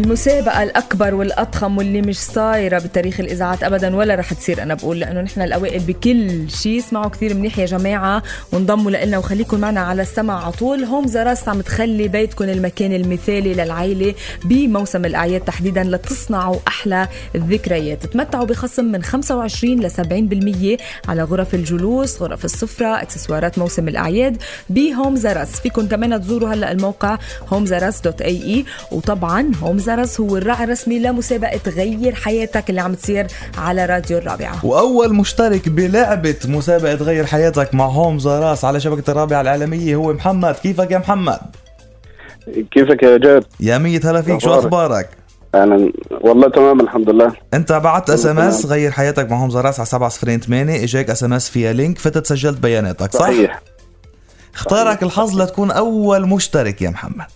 المسابقة الأكبر والأضخم واللي مش صايرة بتاريخ الإذاعات أبدا ولا رح تصير أنا بقول لأنه نحن الأوائل بكل شيء اسمعوا كثير منيح يا جماعة وانضموا لنا وخليكم معنا على السمع على طول هوم زراس عم تخلي بيتكم المكان المثالي للعائلة بموسم الأعياد تحديدا لتصنعوا أحلى الذكريات تمتعوا بخصم من 25 ل 70% على غرف الجلوس غرف السفرة اكسسوارات موسم الأعياد بهوم زراس فيكم كمان تزوروا هلا الموقع homezaras.ae وطبعا هوم زرس هو الراعي الرسمي لمسابقة غير حياتك اللي عم تصير على راديو الرابعة واول مشترك بلعبه مسابقه غير حياتك مع هوم زراس على شبكه الرابعه الاعلاميه هو محمد كيفك يا محمد كيفك يا جاد؟ يا مية هلا فيك شو أخبارك؟ اخبارك انا والله تمام الحمد لله انت بعت اس ام تمام. اس غير حياتك مع هوم زراس على 7228 اجاك اس ام اس فيها لينك فتت سجلت بياناتك صح صحيح اختارك الحظ لتكون اول مشترك يا محمد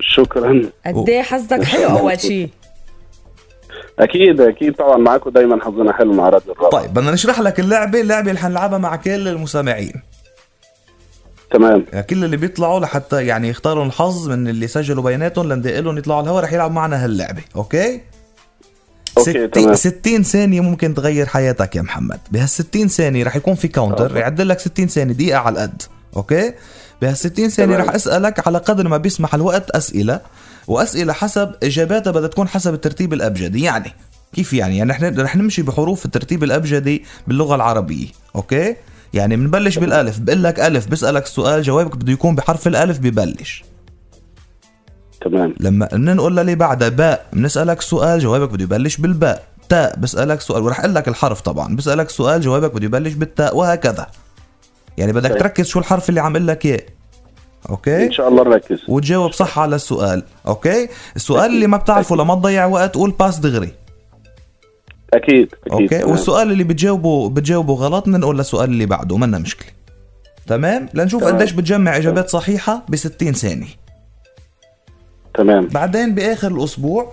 شكرا قد ايه حظك حلو أول شيء اكيد اكيد طبعا معاكم دايما حظنا حلو مع راديو الرابعه طيب بدنا نشرح لك اللعبه اللعبه اللي حنلعبها مع كل المستمعين تمام يعني كل اللي بيطلعوا لحتى يعني يختاروا الحظ من اللي سجلوا بياناتهم لندق لهم يطلعوا على الهواء رح يلعبوا معنا هاللعبه اوكي اوكي ستين تمام 60 ثانية ممكن تغير حياتك يا محمد بهال 60 ثانية رح يكون في كاونتر أوكي. يعدل لك 60 ثانية دقيقة على القد اوكي بهال 60 ثانية تمام. رح اسألك على قدر ما بيسمح الوقت اسئلة واسئلة حسب اجاباتها بدها تكون حسب الترتيب الابجدي يعني كيف يعني يعني نحن رح نمشي بحروف الترتيب الابجدي باللغة العربية اوكي يعني بنبلش بالالف بقول لك الف بسألك السؤال جوابك بده يكون بحرف الالف ببلش تمام لما ننقل للي بعدها باء بنسألك سؤال جوابك بده يبلش بالباء تاء بسألك سؤال ورح أقول لك الحرف طبعا بسألك سؤال جوابك بده يبلش بالتاء وهكذا يعني بدك طيب. تركز شو الحرف اللي عم أقول لك إياه أوكي ان شاء الله نركز وتجاوب صح على السؤال أوكي السؤال اللي ما بتعرفه لما تضيع وقت قول باس دغري اكيد اكيد أوكي تمام. والسؤال اللي بتجاوبه بتجاوبه غلط ننقل للسؤال اللي بعده منا مشكلة تمام لنشوف تمام. قديش بتجمع إجابات صحيحة ب 60 ثانية تمام بعدين باخر الاسبوع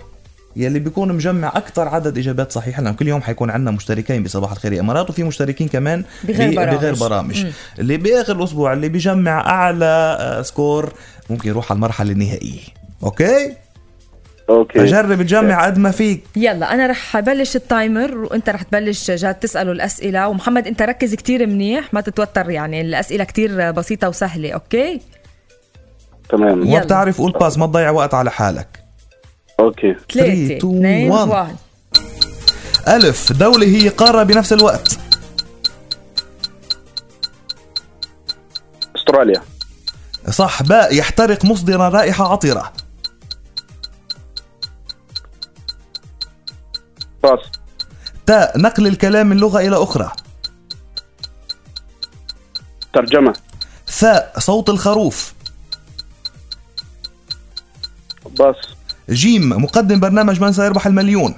يلي بيكون مجمع اكثر عدد اجابات صحيحه لانه كل يوم حيكون عندنا مشتركين بصباح الخير يا امارات وفي مشتركين كمان بغير بي- برامج. بغير برامج مم. اللي باخر الاسبوع اللي بيجمع اعلى آه، سكور ممكن يروح على المرحله النهائيه اوكي اوكي فجرب تجمع قد ما فيك يلا انا رح بلش التايمر وانت رح تبلش جاد تساله الاسئله ومحمد انت ركز كتير منيح ما تتوتر يعني الاسئله كتير بسيطه وسهله اوكي تمام وما يلا. بتعرف قول باس ما تضيع وقت على حالك Three, اوكي two, ثلاثة اثنين one. واحد الف دوله هي قاره بنفس الوقت استراليا صح باء يحترق مصدرا رائحه عطره باس تاء نقل الكلام من لغه الى اخرى ترجمه ثاء صوت الخروف باس جيم مقدم برنامج من سيربح المليون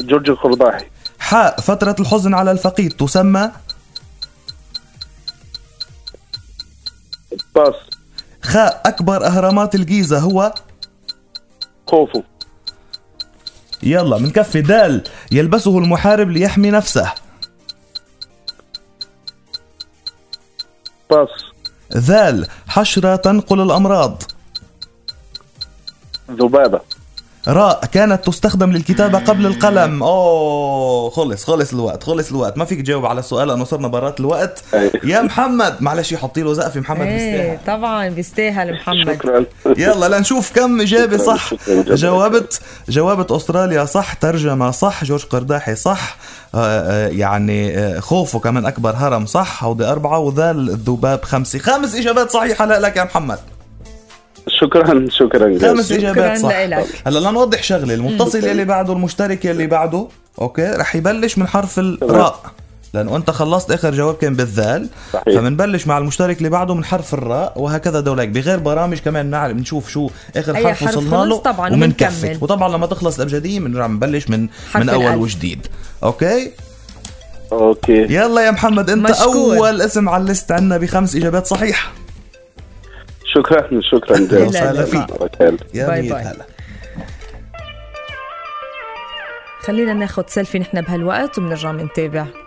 جورج الخرضاحي حاء فترة الحزن على الفقيد تسمى باس خاء أكبر أهرامات الجيزة هو خوفو يلا من كف دال يلبسه المحارب ليحمي نفسه باس ذال حشرة تنقل الأمراض ذبابه راء كانت تستخدم للكتابة قبل القلم أوه خلص خلص الوقت خلص الوقت ما فيك تجاوب على السؤال لأنه صرنا برات الوقت أي. يا محمد معلش حطي له زقفة محمد ايه بيستاهل طبعا بيستاهل محمد شكرا يلا لنشوف كم إجابة صح شكراً جزيلاً. جاوبت جاوبت أستراليا صح ترجمة صح جورج قرداحي صح آه، آه، يعني آه، خوفه كمان أكبر هرم صح هودي أربعة وذال الذباب خمسة خمس إجابات صحيحة لك يا محمد شكرا شكرا جاد. خمس إجابات صح شكراً لإلك. هلا لنوضح شغلة المتصل يلي بعده المشترك يلي بعده أوكي رح يبلش من حرف الراء لأنه أنت خلصت آخر جواب كان بالذال صحيح. فبنبلش مع المشترك اللي بعده من حرف الراء وهكذا دولك بغير برامج كمان نعرف نشوف شو آخر أي حرف حرف وصلنا خلص له طبعاً ومنكفي ومنكمل. وطبعا لما تخلص الأبجدية بنرجع نبلش من من أول الألف. وجديد أوكي اوكي يلا يا محمد أنت مشكور. أول اسم على الليست عندنا بخمس إجابات صحيحة شكرا شكرا أهلا جاد. وسهلا فيك. بارك الله. يا باي ميت باي. هلا خلينا ناخذ سيلفي نحن بهالوقت وبنرجع بنتابع